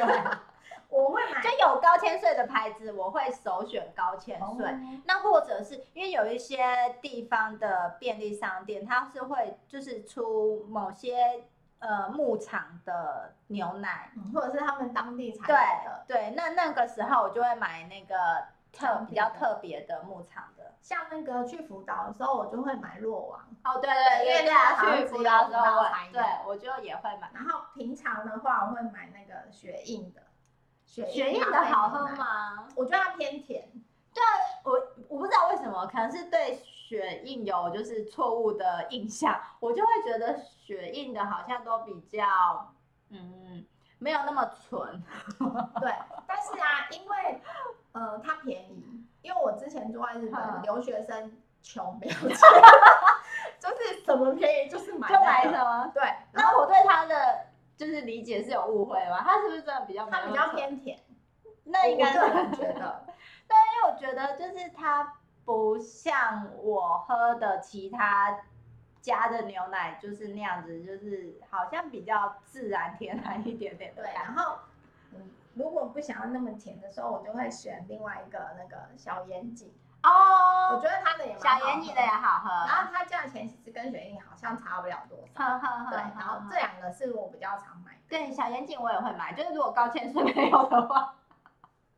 Speaker 1: 我会买
Speaker 2: [LAUGHS] 就有高千穗的牌子，我会首选高千穗。
Speaker 1: 哦
Speaker 2: 那或者是因为有一些地方的便利商店，它是会就是出某些呃牧场的牛奶，
Speaker 1: 嗯或者是他们当地才
Speaker 2: 对
Speaker 1: 有的。
Speaker 2: 对，那那个时候我就会买那个特
Speaker 1: 当地的
Speaker 2: 比较特别的牧场的。
Speaker 1: 像那个去福岛的时候，我就会买洛王。
Speaker 2: 哦，对
Speaker 1: 对因为那
Speaker 2: 对
Speaker 1: 个好像
Speaker 2: 啊，去
Speaker 1: 只
Speaker 2: 辅
Speaker 1: 有
Speaker 2: 导的时
Speaker 1: 辅导
Speaker 2: 候
Speaker 1: 才
Speaker 2: 我，
Speaker 1: 有
Speaker 2: 对我就也会买。
Speaker 1: 然后平常的话，我会买那个雪印的。雪
Speaker 2: 雪印的
Speaker 1: 咖啡
Speaker 2: 好喝
Speaker 1: 牛奶？
Speaker 2: 吗？
Speaker 1: 我觉得它偏甜，
Speaker 2: 我我不知道为什么，可能是对雪印有就是错误的印象，我就会觉得雪印的好像都比较嗯没有那么纯。
Speaker 1: 对。但是啊，因为呃它便宜，因为我之前住在日本，
Speaker 2: 嗯
Speaker 1: 留学生穷没有
Speaker 2: [LAUGHS]
Speaker 1: 钱，就是什么便宜就是买
Speaker 2: 就买
Speaker 1: 那
Speaker 2: 什
Speaker 1: 个。
Speaker 2: 么？
Speaker 1: 对，然后
Speaker 2: 那我对它的就是理解是有误会吗？它是不是真的比较没
Speaker 1: 它
Speaker 2: 有
Speaker 1: 比较
Speaker 2: 纯？
Speaker 1: 偏甜，
Speaker 2: 那应该
Speaker 1: 我个
Speaker 2: 是 [LAUGHS]
Speaker 1: 人觉得。
Speaker 2: 因为我觉得就是它不像我喝的其他家的牛奶，就是那样子，就是好像比较自然天然一点点的
Speaker 1: 对，
Speaker 2: 感觉。
Speaker 1: 然后嗯，如果不想要那么甜的时候，我就会选另外一个那个小眼井，我
Speaker 2: 哦
Speaker 1: 觉，得它的也蛮
Speaker 2: 小
Speaker 1: 好
Speaker 2: 眼
Speaker 1: 喝
Speaker 2: 你的也，好喝。 [LAUGHS]
Speaker 1: 然后它价钱其实跟雪印好像差不了多少。
Speaker 2: 呵呵呵
Speaker 1: 对，然后
Speaker 2: 嗯
Speaker 1: 这两个是我比较常买的。
Speaker 2: 对小眼镜我也会买，就是如果高千穗没有的话，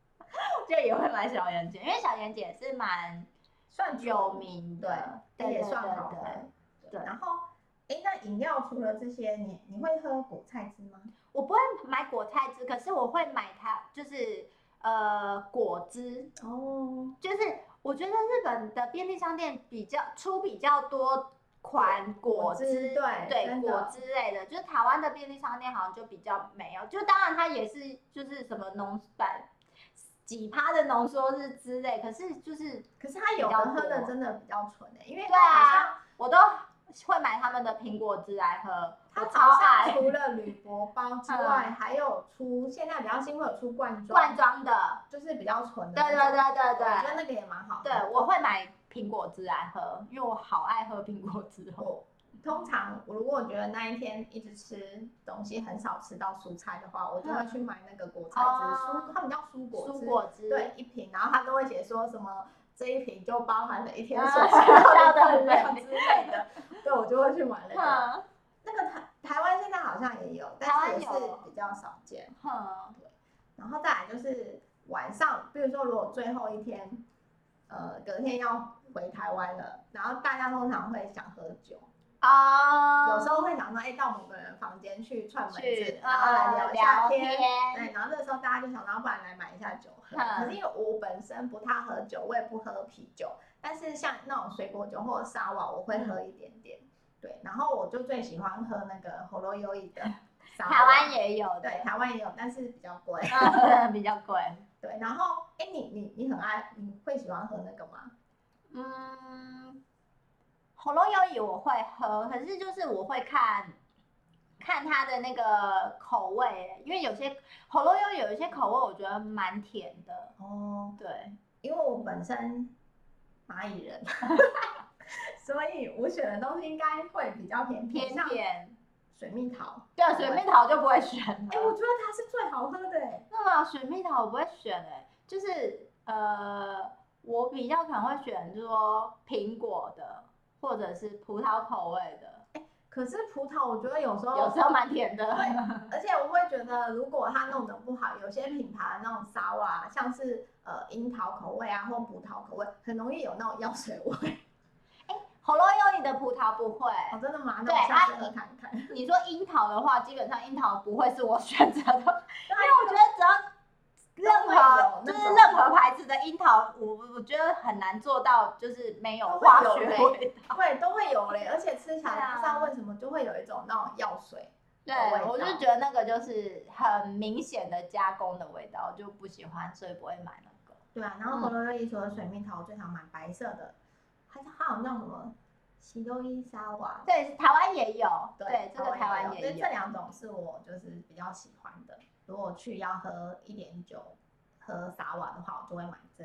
Speaker 2: [LAUGHS] 就也会买小眼镜，因为小眼镜也是蛮
Speaker 1: 算
Speaker 2: 有
Speaker 1: 出
Speaker 2: 名
Speaker 1: 对
Speaker 2: 的，，
Speaker 1: 但
Speaker 2: 对
Speaker 1: 也
Speaker 2: 对
Speaker 1: 算
Speaker 2: 对
Speaker 1: 好
Speaker 2: 对
Speaker 1: 喝。
Speaker 2: 对
Speaker 1: 然后，哎，那饮料除了这些，你你会喝果菜汁吗？
Speaker 2: 我不会买果菜汁，可是我会买它，就是呃果汁，
Speaker 1: 哦，
Speaker 2: 就是我觉得日本的便利商店比较出比较多款
Speaker 1: 果
Speaker 2: 果
Speaker 1: 汁
Speaker 2: 汁，
Speaker 1: 对真的
Speaker 2: 果汁类的，就是台湾的便利商店好像就比较没有，就当然它也是就是什么浓百几趴的浓缩是之类，可是就是
Speaker 1: 可是它有
Speaker 2: 比较
Speaker 1: 的喝的
Speaker 2: 多
Speaker 1: 真的比较纯欸诶，因为
Speaker 2: 对
Speaker 1: 好像
Speaker 2: 啊，我都会买他们的苹果汁来喝，
Speaker 1: 它
Speaker 2: 我
Speaker 1: 好
Speaker 2: 超
Speaker 1: 像
Speaker 2: 爱嗯
Speaker 1: 除了铝箔包之外，还有出现在比较新会有出罐装，
Speaker 2: 罐装的，
Speaker 1: 就是比较纯的
Speaker 2: 对
Speaker 1: 那
Speaker 2: 对
Speaker 1: 种。
Speaker 2: 对对对。
Speaker 1: 我觉得那个也蛮好。
Speaker 2: 对，我会买苹果汁来喝，因为我好爱喝苹果汁哦。
Speaker 1: 我通常我如果觉得那一天一直吃东西很少吃到蔬菜的话，我就会去买那个果菜汁，
Speaker 2: 哦
Speaker 1: 蔬他们叫蔬果汁，
Speaker 2: 蔬果汁，
Speaker 1: 对，一瓶，然后它都会写说什么这一瓶就包含了一天
Speaker 2: 啊
Speaker 1: 所需要的
Speaker 2: 要的
Speaker 1: 分量
Speaker 2: 水
Speaker 1: 之类
Speaker 2: [LAUGHS]
Speaker 1: 的，对，我就会去买那个。
Speaker 2: 哼
Speaker 1: 那个台台湾现在好像也有，但
Speaker 2: 台
Speaker 1: 是
Speaker 2: 湾
Speaker 1: 也是
Speaker 2: 有
Speaker 1: 比较少见。
Speaker 2: 哼，
Speaker 1: 然后再来就是晚上，比如说如果最后一天，呃，隔天要回台湾了，然后大家通常会想喝酒，
Speaker 2: 啊，
Speaker 1: 有时候会想说，哎、到某个人房间去串门子
Speaker 2: 去，
Speaker 1: 然后来
Speaker 2: 呃
Speaker 1: 一下
Speaker 2: 聊
Speaker 1: 天。
Speaker 2: 天，
Speaker 1: 对，然后那时候大家就想到，不然来买一下酒喝。
Speaker 2: 嗯
Speaker 1: 可是因为我本身不太喝酒，我也不喝啤酒，但是像那种水果酒或者沙瓦，我会喝一点点。对，然后我就最喜欢喝那个喉咙优饮的沙瓦。
Speaker 2: 台湾也有的，
Speaker 1: 对，台湾也有，但是比较贵。
Speaker 2: 嗯， [LAUGHS] 比较贵。
Speaker 1: 对，然后哎，你你你很爱，你会喜欢喝那个吗？
Speaker 2: 嗯，火龙油也我会喝，可是就是我会看看它的那个口味，因为有些火龙油有一些口味我觉得蛮甜的，
Speaker 1: 哦，
Speaker 2: 对，
Speaker 1: 因为我本身蚂蚁
Speaker 2: [LAUGHS]
Speaker 1: 人，所以我选的东西应该会比较偏
Speaker 2: 偏
Speaker 1: 像
Speaker 2: 甜。
Speaker 1: 水蜜桃。
Speaker 2: 对啊，水蜜桃就不会选
Speaker 1: 哎，我
Speaker 2: 了。
Speaker 1: 觉得它是最好喝的哎。
Speaker 2: 那么水蜜桃我不会啊选哎、就是呃，我比较可能会选就是说苹果的，或者是葡萄口味的，
Speaker 1: 可是葡萄，我觉得有时候，
Speaker 2: 有时候蛮甜的。
Speaker 1: 而且我会觉得，如果它弄得不好，有些品牌的那种沙瓦，像是呃樱桃口味啊或葡萄口味，很容易有那种药水味。
Speaker 2: 喉咙有你的葡萄不会，
Speaker 1: 哦，真的吗？那
Speaker 2: 对
Speaker 1: 我下次
Speaker 2: 它
Speaker 1: 喝看看。
Speaker 2: 你说樱桃的话，基本上樱桃不会是我选择的，
Speaker 1: 因
Speaker 2: 因为我觉得只要。任何
Speaker 1: 啊都会有那
Speaker 2: 就
Speaker 1: 种
Speaker 2: 是任何牌子的樱桃，我我觉得很难做到，就是没有
Speaker 1: 都会
Speaker 2: 化
Speaker 1: 有
Speaker 2: 学
Speaker 1: 嘞
Speaker 2: 味道。
Speaker 1: 对，都会有嘞，而且吃起
Speaker 2: 对
Speaker 1: 来
Speaker 2: 啊
Speaker 1: 不知道为什么就会有一种那种药水。
Speaker 2: 对
Speaker 1: 的味，
Speaker 2: 我就
Speaker 1: 道
Speaker 2: 觉得那个就是很明显的加工的味道，我就不喜欢，所以不会买那个。
Speaker 1: 对啊，然后红萝莉除了水蜜桃，我最常买白色的，它它好像叫什么喜多伊沙瓦。
Speaker 2: 对，台湾也有，对，这个
Speaker 1: 湾
Speaker 2: 台湾也
Speaker 1: 有。
Speaker 2: 有
Speaker 1: 这。两种是我就是比较喜欢的。如果去要喝一点酒，喝沙瓦的话，我就会买这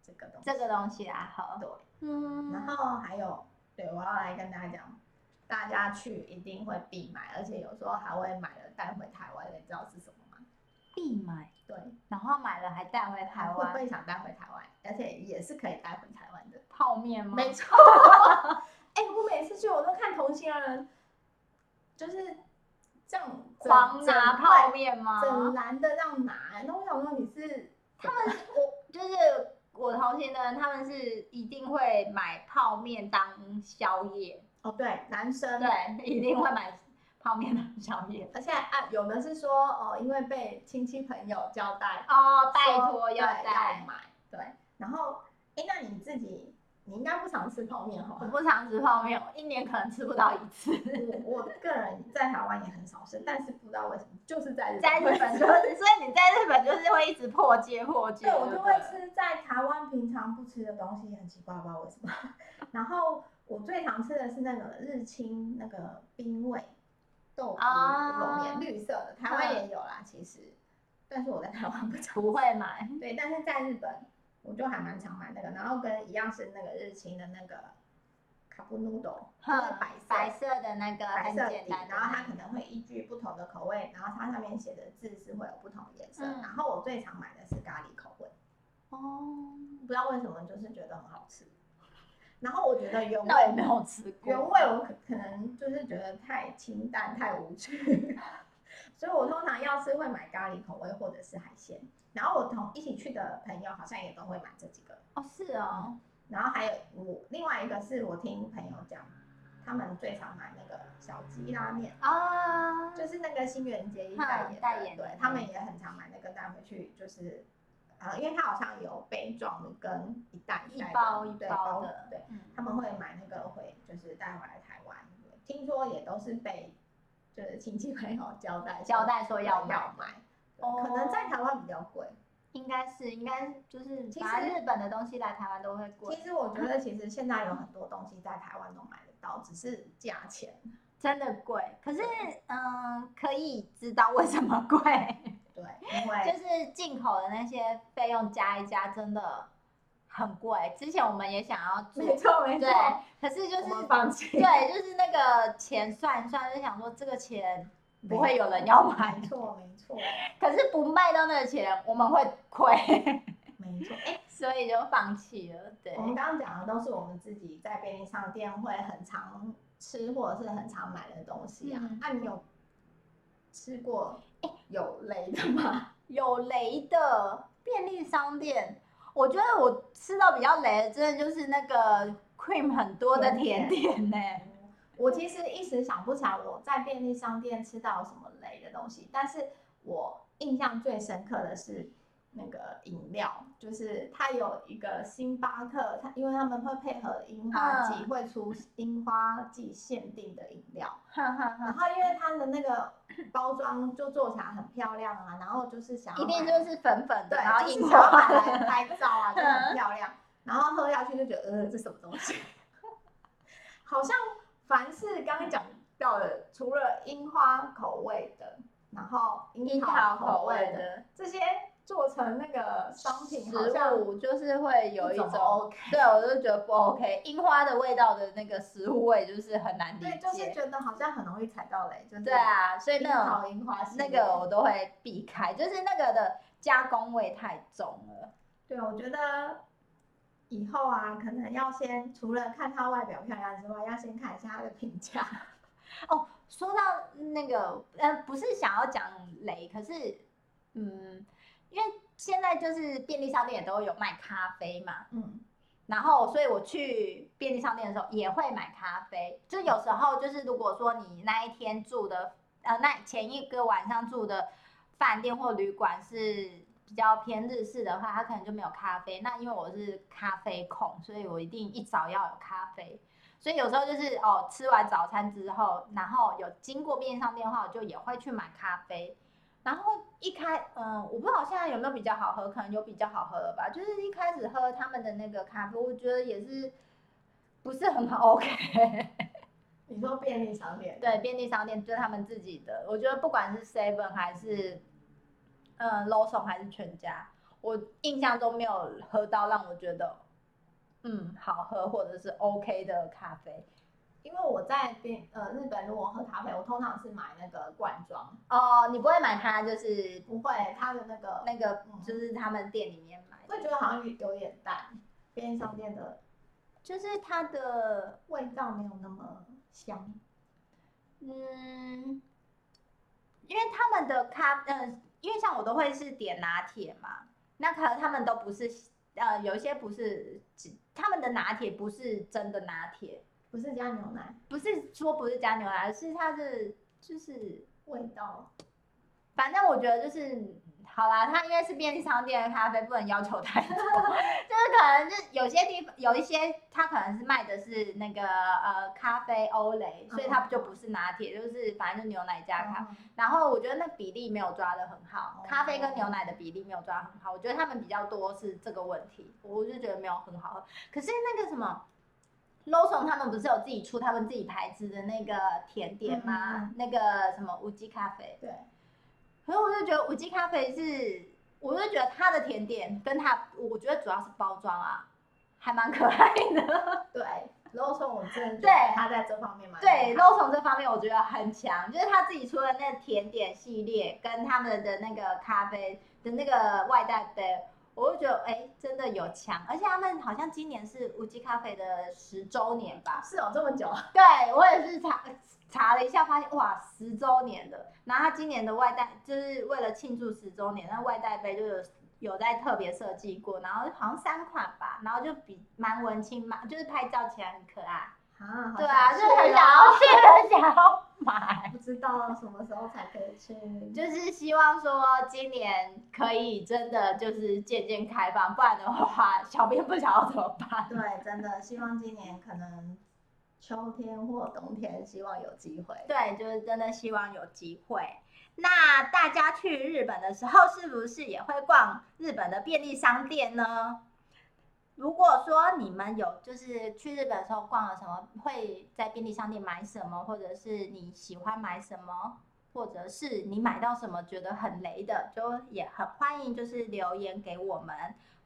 Speaker 1: 这个东西。
Speaker 2: 啊这个东西来喝，
Speaker 1: 对，
Speaker 2: 嗯，
Speaker 1: 然后还有，对，我要来跟大家讲，大家去一定会必买，而且有时候还会买了带回台湾的，你知道是什么吗？
Speaker 2: 必买，
Speaker 1: 对，
Speaker 2: 然后买了还带回台
Speaker 1: 会不
Speaker 2: 湾
Speaker 1: 会想带回台湾？而且也是可以带回台
Speaker 2: [LAUGHS]
Speaker 1: 湾的。
Speaker 2: 泡面吗？
Speaker 1: 没
Speaker 2: [LAUGHS]
Speaker 1: 错。哎、我每次去我都看同行人，就是这样整
Speaker 2: 狂拿啊泡面吗？
Speaker 1: 整整篮的这样拿。那我想说你是
Speaker 2: 他们是我就是我同行的人，他们是一定会买泡面当宵夜，
Speaker 1: 哦对男生， [LAUGHS]
Speaker 2: 对，一定会买泡面当宵夜。
Speaker 1: 而且啊有的是说哦，因为被亲戚朋友交代，
Speaker 2: 哦，拜
Speaker 1: 说
Speaker 2: 托
Speaker 1: 对
Speaker 2: 要
Speaker 1: 要
Speaker 2: 带，
Speaker 1: 买对，然后哎、那你自己你应该不常吃泡面哈
Speaker 2: 我？不常吃泡
Speaker 1: 哦
Speaker 2: 面，我一年可能吃不到一
Speaker 1: [LAUGHS]
Speaker 2: 次。
Speaker 1: 我我个人在台湾也很少吃，但是不知道为什么就是在
Speaker 2: 在日本就是，所以你在日本就是会一直破戒破戒。
Speaker 1: 对，我
Speaker 2: 对
Speaker 1: 就
Speaker 2: 不
Speaker 1: 会
Speaker 2: 对。
Speaker 1: 吃在台湾平常不吃的东西，很奇怪，不知道为什么。 [LAUGHS] 然后我最常吃的是那个日清那个冰味豆腐
Speaker 2: 啊
Speaker 1: 冷面，绿色的，台湾也有啦，其实，但是我在台湾不常。
Speaker 2: 不会买
Speaker 1: [LAUGHS] 对，但是在日本我就还蛮常买那个，然后跟一样是那个日清的那个卡布 noodle，就是
Speaker 2: 哼
Speaker 1: 白
Speaker 2: 白
Speaker 1: 色。
Speaker 2: 色的那个
Speaker 1: 白
Speaker 2: 很
Speaker 1: 色
Speaker 2: 简
Speaker 1: 底，
Speaker 2: 单的那个，
Speaker 1: 然后它可能会依据不同的口味，然后它上面写的字是会有不同的颜色。
Speaker 2: 嗯
Speaker 1: 然后我最常买的是咖喱口味。
Speaker 2: 哦，
Speaker 1: 不知道为什么，就是觉得很好吃。然后我觉得原
Speaker 2: 那我也
Speaker 1: 味
Speaker 2: 没有吃过。
Speaker 1: 原味我可可能就是觉得太清淡、太无趣， [LAUGHS] 所以我通常要是会买咖喱口味或者是海鲜。然后我同一起去的朋友好像也都会买这几个。
Speaker 2: 哦是哦，
Speaker 1: 然后还有我另外一个是我听朋友讲，他们最常买那个小鸡拉面，
Speaker 2: 啊，
Speaker 1: 嗯就是那个新元节一代
Speaker 2: 嗯
Speaker 1: 也
Speaker 2: 代言的
Speaker 1: 对他们也很常买那个带回去，就是呃，因为它好像有杯装的跟一袋
Speaker 2: 一
Speaker 1: 袋的
Speaker 2: 包一
Speaker 1: 对
Speaker 2: 包
Speaker 1: 的
Speaker 2: 的，
Speaker 1: 对，
Speaker 2: 嗯
Speaker 1: 他们会买那个回就是带回来台湾，听说也都是被就是亲戚朋友哦交代说
Speaker 2: [LAUGHS] 交代说要买，哦
Speaker 1: 要买，对可能在台湾比较贵。
Speaker 2: 应该是应该就是，
Speaker 1: 其
Speaker 2: 反正
Speaker 1: 实
Speaker 2: 日本的东西来台湾都会贵
Speaker 1: 其，实我觉得其实现在有很多东西在台湾都买得到，只是价钱。
Speaker 2: 真的贵。可是嗯，可以知道为什么贵， [LAUGHS]
Speaker 1: 对，因
Speaker 2: 就
Speaker 1: 为
Speaker 2: 是进口的那些费用加一加，真的很贵。之前我们也想要做，
Speaker 1: 没错没错
Speaker 2: 对，，可是就
Speaker 1: 我们
Speaker 2: 是
Speaker 1: 放弃。
Speaker 2: 对，就是那个钱算一算，就想说这个钱不会有人要买
Speaker 1: 没，错，没错，
Speaker 2: 可是不卖到那个钱，我们会亏， [LAUGHS]
Speaker 1: 没错。哎、
Speaker 2: 所以就放弃了。对
Speaker 1: 我，们刚刚讲的都是我们自己在便利商店会很常吃或者是很常买的东西啊。那、
Speaker 2: 嗯
Speaker 1: 你有吃过有雷的吗？
Speaker 2: 有雷的便利商店，我觉得我吃到比较雷的，真的就是那个 cream 很多的甜点呢、
Speaker 1: [LAUGHS]
Speaker 2: [LAUGHS]
Speaker 1: 我其实一时想不起来我在便利商店吃到什么雷的东西，但是我印象最深刻的是那个饮料，就是它有一个星巴克，它因为他们会配合樱花季，
Speaker 2: 嗯
Speaker 1: 会出樱花季限定的饮料。
Speaker 2: 哈哈
Speaker 1: 然
Speaker 2: 哈，
Speaker 1: 后因为它的那个包装就做起来很漂亮啊，然后就是想要
Speaker 2: 一定
Speaker 1: 买
Speaker 2: 就是粉粉的，
Speaker 1: 啊对，
Speaker 2: 然后
Speaker 1: 就是
Speaker 2: 樱
Speaker 1: 想要
Speaker 2: 花
Speaker 1: 买来拍照啊，就很
Speaker 2: 嗯
Speaker 1: 漂亮。然后喝下去就觉得，呃，这什么东西？ [LAUGHS] 好像凡是刚刚讲到的，除了樱花口味的，然后樱
Speaker 2: 樱
Speaker 1: 桃
Speaker 2: 桃
Speaker 1: 口
Speaker 2: 口
Speaker 1: 味
Speaker 2: 味
Speaker 1: 的
Speaker 2: 的
Speaker 1: 这些做成那个商品，好
Speaker 2: 食
Speaker 1: 像
Speaker 2: 物，就是会有一
Speaker 1: 不怎么
Speaker 2: 种
Speaker 1: OK。
Speaker 2: 对，我就觉得不 OK。樱花的味道的那个食物味就是很难理
Speaker 1: 对，
Speaker 2: 解。
Speaker 1: 就是觉得好像很容易踩到雷，就是
Speaker 2: 对啊，所以
Speaker 1: 樱
Speaker 2: 那
Speaker 1: 桃
Speaker 2: 种
Speaker 1: 樱花系
Speaker 2: 那
Speaker 1: 列
Speaker 2: 个我都会避开，就是那个的加工味太重了。
Speaker 1: 对，我觉得以后啊，可能要先除了看它外表漂亮之外，要先看一下它的评价。
Speaker 2: 说到那个，呃，不是想要讲雷，可是，嗯，因为现在就是便利商店也都有卖咖啡嘛，
Speaker 1: 嗯，
Speaker 2: 然后所以我去便利商店的时候也会买咖啡，就有时候就是如果说你那一天住的，呃，那前一个晚上住的饭店或旅馆是。比较偏日式的话，它可能就没有咖啡。那因为我是咖啡控，所以我一定一早要有咖啡。所以有时候就是哦，吃完早餐之后，然后有经过便利商店的话，我就也会去买咖啡。然后一开，嗯，我不知道现在有没有比较好喝，可能有比较好喝了吧。就是一开始喝他们的那个咖啡，我觉得也是不是很好 [LAUGHS] OK。
Speaker 1: 你说便利商店，
Speaker 2: 对，便利商店就是他们自己的，我觉得不管是 Seven 还是嗯 l o s o n 还是全家，我印象中没有喝到让我觉得嗯好喝或者是 OK 的咖啡。
Speaker 1: 因为我在边呃日本，如果喝咖啡，我通常是买那个罐装，
Speaker 2: 哦，你不会买它就是
Speaker 1: 不会它的那个，
Speaker 2: 那个
Speaker 1: 嗯
Speaker 2: 就是他们店里面买的，
Speaker 1: 会觉得好像有点淡，便利商店的
Speaker 2: 就是它的
Speaker 1: 味道没有那么香。
Speaker 2: 嗯，因为他们的咖，嗯，因为像我都会是点拿铁嘛，那可能他们都不是，呃，有一些不是，他们的拿铁不是真的拿铁，
Speaker 1: 不是加牛奶，
Speaker 2: 不是说不是加牛奶，而是它是就是，
Speaker 1: 味道
Speaker 2: 反正我觉得就是。好啦，它因为是便利商店的咖啡，不能要求太多， [LAUGHS] 就是可能就是有些地方有一些，它可能是卖的是那个呃咖啡欧蕾，所以它就不是拿铁，就是反正就牛奶加咖
Speaker 1: 嗯
Speaker 2: 然后我觉得那比例没有抓得很
Speaker 1: 哦
Speaker 2: 好，咖啡跟牛奶的比例没有抓得很好。我觉得他们比较多是这个问题，我就觉得没有很好喝。可是那个什么 l o s o n 他们不是有自己出他们自己牌子的那个甜点吗？
Speaker 1: 嗯嗯
Speaker 2: 那个什么无机咖啡，
Speaker 1: 对，
Speaker 2: 可是我就觉得无机咖啡是，我就觉得它的甜点跟它，我觉得主要是包装啊，还蛮可爱的。
Speaker 1: 对，然后说我真的觉
Speaker 2: 对
Speaker 1: 得他在这方面蛮
Speaker 2: 对
Speaker 1: 厉
Speaker 2: l
Speaker 1: 害
Speaker 2: o s o n 这方面我觉得很强，就是他自己出的那个甜点系列，跟他们的那个咖啡的那个外带杯，我就觉得哎、真的有强，而且他们好像今年是无机咖啡的十周年吧？
Speaker 1: 是哦有这么久，
Speaker 2: 对我也是查查了一下，发现哇，十周年了。然后他今年的外带就是为了庆祝十周年，那外带杯就有有在特别设计过，然后好像三款吧，然后就比蛮文青，蛮就是拍照起来很可爱。
Speaker 1: 啊，好
Speaker 2: 对啊，
Speaker 1: 想
Speaker 2: 就
Speaker 1: 去
Speaker 2: 是很
Speaker 1: 哦
Speaker 2: 想要去，
Speaker 1: [LAUGHS]
Speaker 2: 很想要 [LAUGHS] 买，
Speaker 1: 不知道什么时候才可以去，
Speaker 2: 就是希望说今年可以真的就是渐渐开放，不然的话，小编不晓得怎么办。
Speaker 1: 对，真的希望今年可能秋天或冬天，希望有机会。
Speaker 2: 对，就是真的希望有机会。那大家去日本的时候，是不是也会逛日本的便利商店呢？如果说你们有就是去日本的时候逛了什么，会在便利商店买什么，或者是你喜欢买什么，或者是你买到什么觉得很雷的，就也很欢迎就是留言给我们，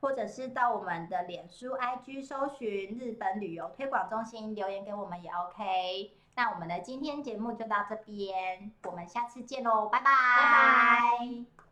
Speaker 2: 或者是到我们的脸书、IG 搜寻日本旅游推广中心留言给我们也 OK。那我们的今天节目就到这边，我们下次见喽，拜拜。
Speaker 1: 拜拜